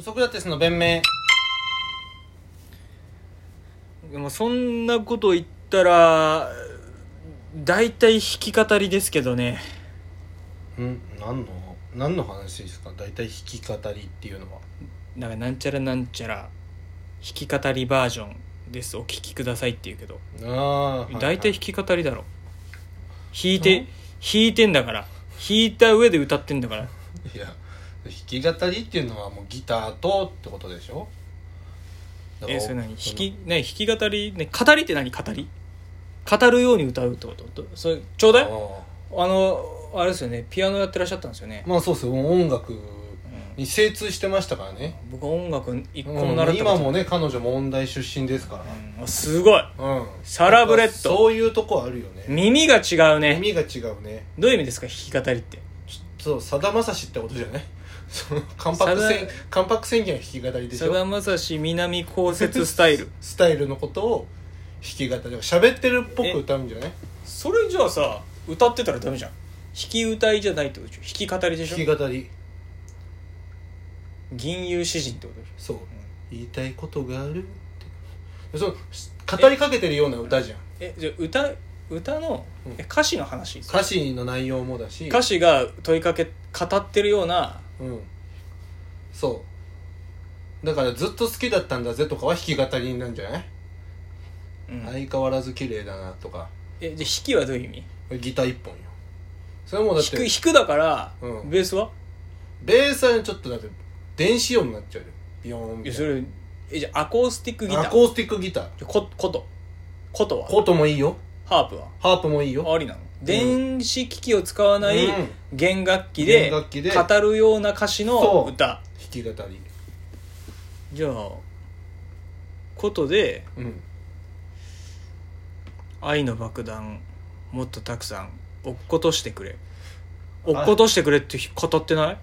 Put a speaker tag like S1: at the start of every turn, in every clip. S1: ソクラテスの弁明
S2: でもそんなこと言ったら大体弾き語りですけどね
S1: ん何の何の話ですか大体弾き語りっていうのは
S2: なんかなんちゃらなんちゃら弾き語りバージョンですお聴きくださいって言うけど
S1: ああ
S2: 大体弾き語りだろ弾い
S1: うん
S2: て弾いてんだから弾いた上で歌ってんだから
S1: いや弾き語りっていうのはもうギターとってことでしょだから
S2: えそれ何弾
S1: その
S2: き何弾き語り、ね、語りって何語り語るように歌うってことどそれちょうだいあ
S1: あ
S2: のあれですよねピアノやってらっしゃったんですよね
S1: あ、まあそうですよもう音楽に精通してましたからね、
S2: 僕は音楽一個
S1: うん
S2: も習ったこと
S1: 今もね彼女も音大出身ですか
S2: うんすごい
S1: らうん
S2: サラブレッド
S1: そういうとこあるよね
S2: 耳が違うね
S1: 耳が違うね
S2: どういう意味ですか弾き語りって
S1: ちょっとさだまさしってことじゃない その関白宣
S2: さだ
S1: 関白宣言は弾き語りでし
S2: さ
S1: ょ
S2: だまさし南高節スタイル
S1: スタイルのことを弾き語り喋ってるっぽく歌うんじゃない
S2: それじゃあさ歌ってたらダメじゃん弾き歌いじゃないってことでしょ弾き語りで
S1: 弾き
S2: しょ
S1: 語り
S2: 銀融詩人ってことでし
S1: そう
S2: ょ、
S1: 言いたいことがあるってそのし語りかけてるような歌じゃん
S2: えじゃあ歌歌の
S1: うん
S2: え歌詞の話
S1: 歌詞の内容もだし
S2: 歌詞が問いかけ語ってるような
S1: うんそうだからずっと好きだったんだぜとかは弾き語りになるんじゃない、
S2: うん
S1: 相変わらず綺麗だなとか
S2: えじゃあ弾きはどういう意味
S1: ギター一本よそれはもうだっ
S2: 弾く
S1: て
S2: 弾くだから、
S1: うん
S2: ベースは
S1: ベースはちょっとだって電子音になっちゃうよビヨーン
S2: い
S1: み
S2: や
S1: た
S2: そ
S1: い
S2: れえじゃあアコースティックギタ
S1: な
S2: ー
S1: アコースティックギター
S2: じゃあこことことは
S1: コートもいいよ
S2: ハープは
S1: ハープもいいよ
S2: ありなの電子機器を使わない
S1: うん
S2: 弦楽器で
S1: 弦楽器で
S2: 語るような歌詞の
S1: そう
S2: 歌
S1: 弾き語り
S2: じゃあことで
S1: うん
S2: 「愛の爆弾もっとたくさん落っことしてくれ」落っことしてくれって語ってない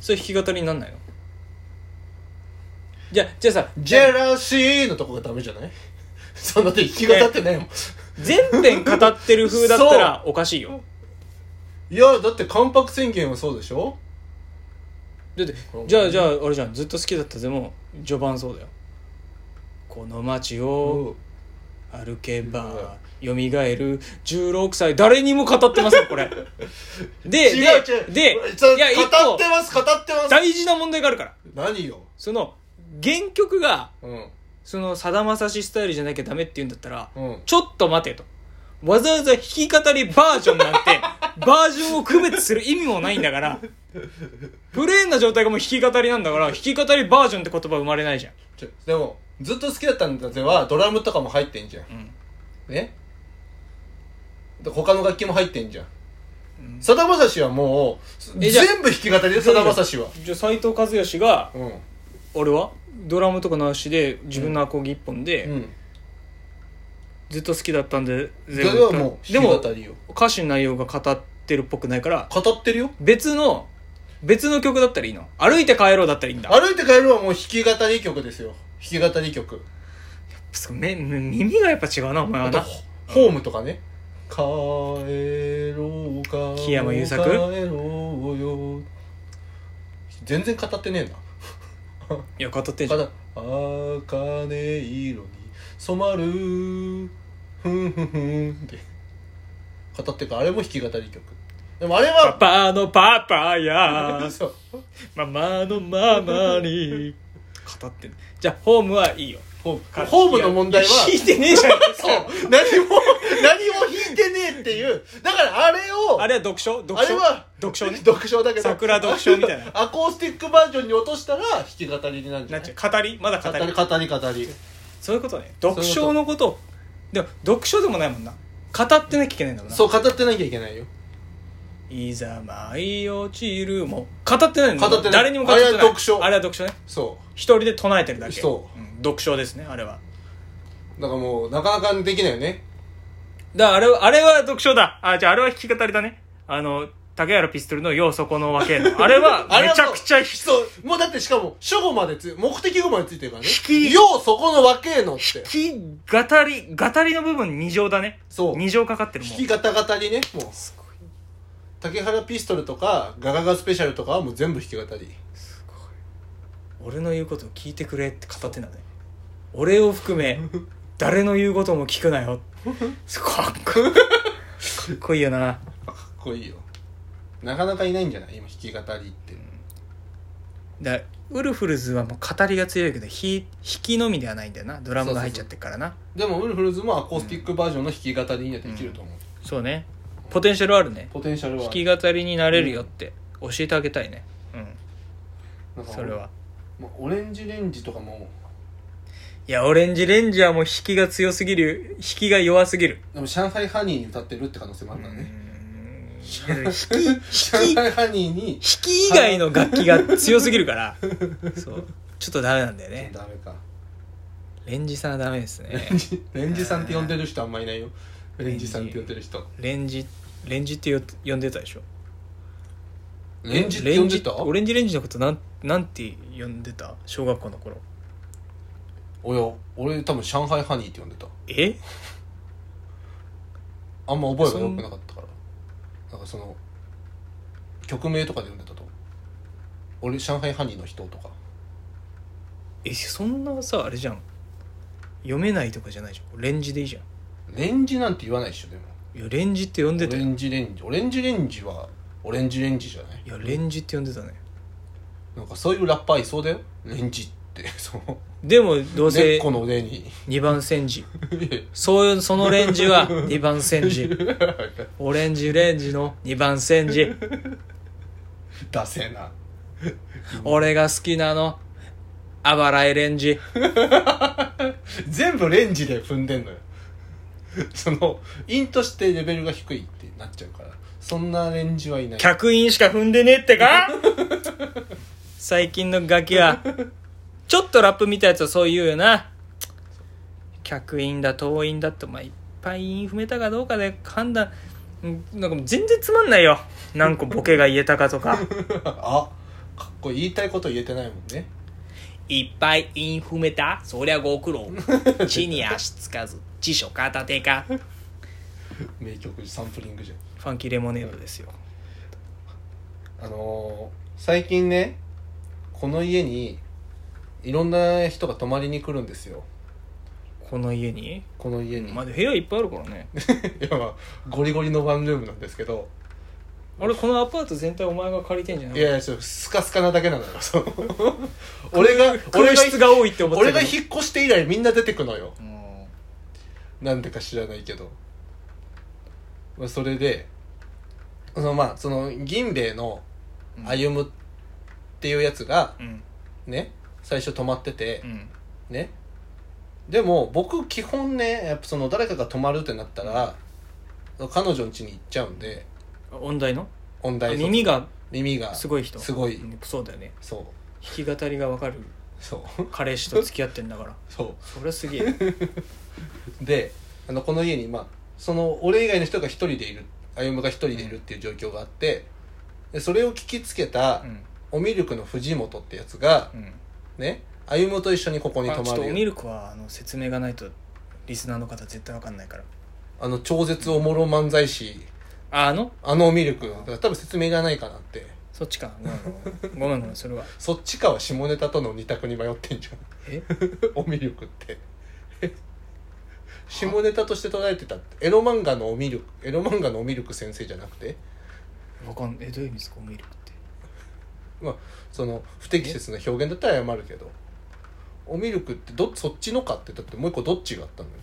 S2: それ弾き語りになんないのじゃあじゃあさ
S1: ジェラシーのとこがダメじゃない そんなで弾き語ってないもん
S2: 全編語ってる風だったらおかしいよ
S1: いやだって関白宣言はそうでしょ
S2: だってじゃあじゃああれじゃんずっと好きだったでも序盤そうだよこの街を歩けば蘇る16歳誰にも語ってますよ これで
S1: 違う違う
S2: でで
S1: そう
S2: いや一
S1: 語っ
S2: 個
S1: てます語ってます
S2: 大事な問題があるから
S1: 何よ
S2: その原曲が
S1: うん
S2: そのさだまさしスタイルじゃなきゃダメって言うんだったら、
S1: うん
S2: ちょっと待てとわざわざ弾き語りバージョンなんて バージョンを区別する意味もないんだからプレーンな状態がもう弾き語りなんだから弾き語りバージョンって言葉生まれないじゃん
S1: ちょでもずっと好きだったんだぜはドラムとかも入ってんじゃん、ねで他の楽器も入ってんじゃんさだまさしはもう
S2: えじゃあ
S1: 全部弾き語りでさだまさしは
S2: じゃあ斎藤和義が
S1: うん
S2: 俺はドラムとかなしで自分のアコギ一本で、
S1: うん
S2: ずっと好きだったんで
S1: そ
S2: 全
S1: れはもう
S2: で
S1: 弾
S2: も
S1: き語りよ
S2: 歌詞の内容が語ってるっぽくないから
S1: 語ってるよ
S2: 別の別の曲だったらいいの歩いて帰ろうだったらいいんだ
S1: 歩いて帰るはもう弾き語り曲ですよ弾き語り曲
S2: そうめめ耳がやっぱ違うなお前は
S1: あと
S2: な
S1: ホホームとかね「帰ろうか
S2: 木山裕策
S1: 帰ろうよ」全然語ってねえない
S2: や語ってんじゃん
S1: 赤茜色に染まるふんふんふんって語ってかあれも弾き語り曲でもあれ
S2: パ
S1: は
S2: パのパパや
S1: そう
S2: ママのママに語ってんじゃあホームはいいよ
S1: ホームホームの問題は
S2: 弾いてね えじゃん
S1: そう何も何も弾いてねえっていうだからあれを
S2: あれは読書読
S1: あ
S2: 書
S1: れは
S2: 読書 ね
S1: 読書だけど
S2: 桜読書みたいな
S1: アコースティックバージョンに落としたら弾き語りになるんじ
S2: な
S1: ゃな
S2: んち
S1: い
S2: ゃう語りまだ語
S1: 語
S2: り
S1: り語り語り
S2: そういうことね
S1: ういうこと
S2: 読書のことをでも読書でもないもんな語ってなきゃいけないんだもんな
S1: そう語ってなきゃいけないよ
S2: いざ舞い落ちるも語ってないんだも
S1: 語
S2: ん
S1: ってない
S2: 誰にも語ってない
S1: あれは読書
S2: あれは読書ね
S1: そ
S2: 一人で唱えてるだけ
S1: そうん
S2: 読書ですねあれは
S1: うだからもうなかなかできないよね、
S2: だからあれは、あれは読書だ。あ、じゃああれは弾き語りだね。あの、竹原ピストルのようそこのわけの。あれは
S1: あれ
S2: め
S1: は
S2: ち
S1: もう
S2: ゃくちゃ弾き、
S1: そうもうだってしかも主語までつ目的語までついてるからね
S2: 引き
S1: ようそこの若えのって
S2: 弾き語り、語りの部分2乗だね。
S1: そう
S2: 2乗かかってるもん。
S1: 引き方々にねもう竹原ピストルとかガガガスペシャルとかはもう全部弾き語り
S2: 俺の言うことを聞いてくれって片手なんだよ俺を含 め誰の言うことも聞くなよかっこいいかっこいいよな
S1: かっこいいよなかなかいないんじゃない今弾き語りって
S2: だウルフルズはもう語りが強いけど弾弾きのみではないんだよなドラムが入っちゃってるからな
S1: でもウルフルズもアコースティックバージョンの弾き語りにはできると思う、
S2: そうねポテンシャルあるね
S1: ポテンシャルは
S2: 弾き語りになれるよって教えてあげたいね
S1: な
S2: うんん
S1: か
S2: それは
S1: まあオレンジレンジとかも
S2: いやオレンジレンジはもう弾きが強すぎる弾きが弱すぎる
S1: でも上海ハニーに歌ってるって可能性もあるからね
S2: いや弾き弾
S1: 上
S2: き
S1: 海ハニーに
S2: 弾き以外の楽器が強すぎるからそうちょっとダメなんだよね
S1: ダメか
S2: レンジさんはダメですね
S1: レンジさんって呼んでる人あんまいないよレンジさんって呼んでる人
S2: レンジレンジってよ呼んでたでしょ
S1: レンジって呼んでた
S2: レンジオレンジレンジのことなんなんて呼んでた小学校の頃
S1: おや俺多分上海ハニーって呼んでた
S2: え
S1: あんま覚えがよくなかったからなんかその曲名とかで呼んでたと思う俺上海ハニーの人とか
S2: えそんなさあれじゃん読めないとかじゃないじゃんレンジでいいじゃん
S1: レンジなんて言わないでしょでも
S2: いやレンジって呼ん
S1: オ
S2: でた
S1: レ
S2: よ
S1: ンジレンジオレンジレンジはオレンジレンジじゃない
S2: いやレンジって呼んでたね
S1: なんかそういうラッパーいそうだよレンジってその
S2: でもど
S1: 根
S2: う
S1: っ
S2: せ
S1: この腕に
S2: 2番煎じ
S1: いや
S2: そういうそのレンジは2番 煎じオレンジレンジの2番煎じ
S1: ダセえな
S2: 俺が好きなのあばらいレンジ
S1: 全部レンジで踏んでんのよそのインとしてレベルが低いってなっちゃうからそんなレンジはいない
S2: 客員しか踏んでねえって か最近のガキはちょっとラップ見たやつはそう言うよな客員だ党員だってお前いっぱい韻踏めたかどうかで判断うんなんかもう全然つまんないよ何個ボケが言えたかとか
S1: あかっこいい言いたいこと言えてないもんね
S2: いっぱい韻踏めたそりゃご 苦労地に足つかず辞書片手かフ
S1: 名曲サンプリングじゃ
S2: ァンキーレモネードですよ
S1: んあのー最近ねこの家にいろんな人が泊まりに来るんですよ
S2: この家に
S1: この家に、
S2: まあ、で部屋いっぱいあるからね
S1: いやまあゴリゴリのワンルームなんですけど
S2: あれこのアパート全体お前が借りてんじゃない
S1: いやいやそうスカスカなだけ なんだからその俺が俺
S2: 空
S1: が
S2: 室が多いって思って
S1: 俺
S2: る
S1: が引っ越して以来みんな出てくのよ
S2: うん
S1: なんでか知らないけど、まあ、それでそのまあその銀兵衛の歩むっていうやつが
S2: うん
S1: ね最初泊まってて
S2: うん
S1: ねでも僕基本ねやっぱその誰かが泊まるってなったら彼女ん家に行っちゃうんで
S2: 音大の
S1: 音
S2: あ
S1: 大卒
S2: 耳が
S1: 耳が
S2: すごい人
S1: すごい
S2: うんそうだよね
S1: そう
S2: 弾き語りが分かる
S1: そう
S2: 彼氏と付き合ってんだから
S1: そ
S2: それす げえ
S1: うであのこの家にまあその俺以外の人が一人でいる歩むが一人でいるっていう状況があってでそれを聞きつけた、
S2: うん
S1: おミルクの藤本ってやつが
S2: うんね
S1: ね歩夢と一緒にここに
S2: あ
S1: 泊
S2: ちょ
S1: ま
S2: っとお
S1: る
S2: ミ
S1: よ
S2: ルクはあの説明がないとリスナーの方絶対分かんないから
S1: あの超絶おもろ漫才師
S2: ああの
S1: あのおミルクだから多分説明がないかなって
S2: そっちかごめんごめんごめんごめんそれは
S1: そっちかは下ネタとの二択に迷ってんじゃん
S2: え
S1: おミルクってえ下ネタとして捉えてたってエロ漫画のおミルクエロ漫画のおミルク先生じゃなくて
S2: わかんえどういう意味ですかおミルクって
S1: まあその不適切な表現だったら謝るけどおミルクってどそっちのかってだってもう一個どっちがあったのよ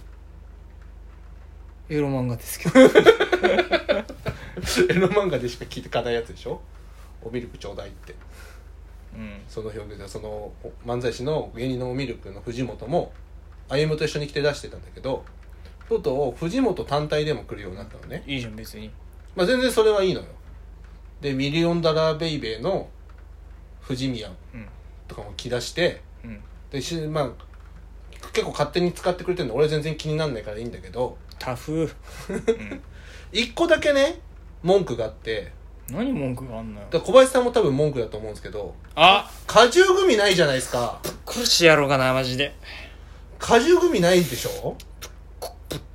S2: エロ漫画ですけど
S1: エロ漫画でしか聞かないやつでしょおミルクちょうだいって
S2: うん
S1: その表現でそのお漫才師の芸人のおミルクの藤本も歩夢と一緒に来て出してたんだけどとうとう藤本単体でも来るようになったのね、
S2: いいじゃん別に
S1: まあ、全然それはいいのよでミリオンダラーベイベーの藤宮
S2: うん
S1: とかも来だして
S2: うん
S1: でし、まあ、結構勝手に使ってくれてるの俺全然気になんないからいいんだけど
S2: タフ、うん、
S1: 一個だけね文句があって
S2: 何文句があんのよ
S1: だから小林さんも多分文句だと思うんですけど
S2: あ
S1: 果汁グミないじゃないですか
S2: 殺してやろうかなマジで
S1: 果汁グミないでしょ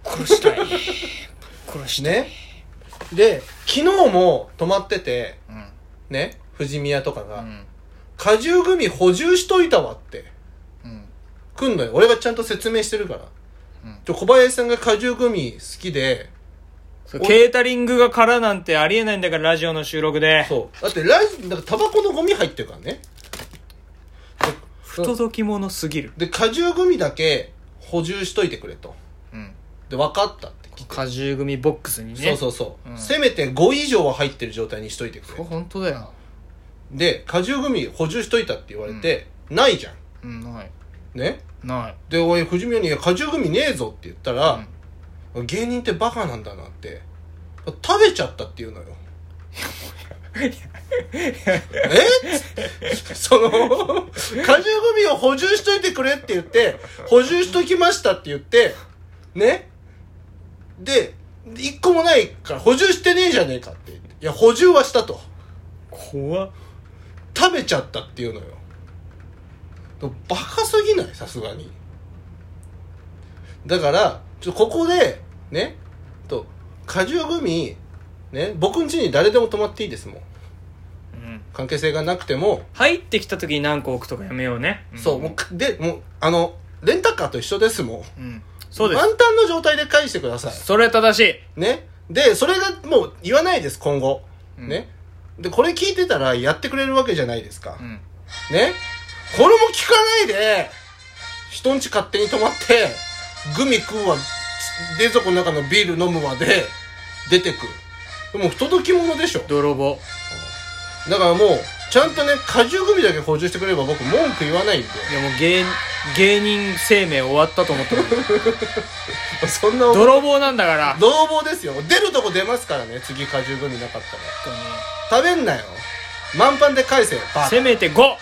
S2: 殺 したい殺し
S1: ねで昨日も泊まってて
S2: うん
S1: ね富士宮とか
S2: う
S1: が、
S2: ん
S1: 果汁グミ補充しといたわって
S2: うん
S1: 来んのよ俺がちゃんと説明してるから、
S2: うん
S1: ちょ小林さんが果汁グミ好きで
S2: そうケータリングが空なんてありえないんだからラジオの収録で
S1: そうだってラジなんかタバコのゴミ入ってるからね
S2: 不届き者すぎる、
S1: で果汁グミだけ補充しといてくれと
S2: うん、
S1: で分かったって、
S2: 果汁組ボックスにね
S1: そう
S2: う
S1: そうそう、
S2: うん
S1: せめて5以上は入ってる状態にしといてくれ
S2: 本当だよ
S1: で果汁グミ補充しといたって言われて、ないじゃん
S2: うんない
S1: ね
S2: ない
S1: で俺藤宮にいや「果汁グミねえぞ」って言ったら、芸人ってバカなんだなって食べちゃったって言うのよえその果汁グミを補充しといてくれって言って補充しときましたって言ってねで一個もないから補充してねえじゃねえかって言っていや補充はしたと
S2: 怖っ
S1: 食べちゃったっていうのよバカすぎないさすがにだからちょっとここでねと果汁グミね僕ん家に誰でも泊まっていいですもん
S2: うん
S1: 関係性がなくても、
S2: 入ってきた時に何個置くとかやめようね
S1: そうもうかでもうあのレンタカーと一緒ですもん
S2: うん、うん、そうです
S1: 満タンの状態で返してください
S2: それ正しい
S1: ねでそれがもう言わないです今後、
S2: うん
S1: ねでこれ聞いてたらやってくれるわけじゃないですか、
S2: ん
S1: ねこれも聞かないで、人んち勝手に泊まって、グミ食うわ、冷蔵庫の中のビール飲むわで、出てく。でも不届き者でしょ。
S2: 泥棒
S1: だからもう、ちゃんとね、果汁グミだけ補充してくれれば僕文句言わないんで。
S2: いやもう芸芸人生命終わったと思ってる
S1: そんな、
S2: 泥棒なんだから
S1: 泥棒ですよ。出るとこ出ますからね、次果汁グミなかったら。食べんなよ。満パンで返せよ、バカ
S2: せめて5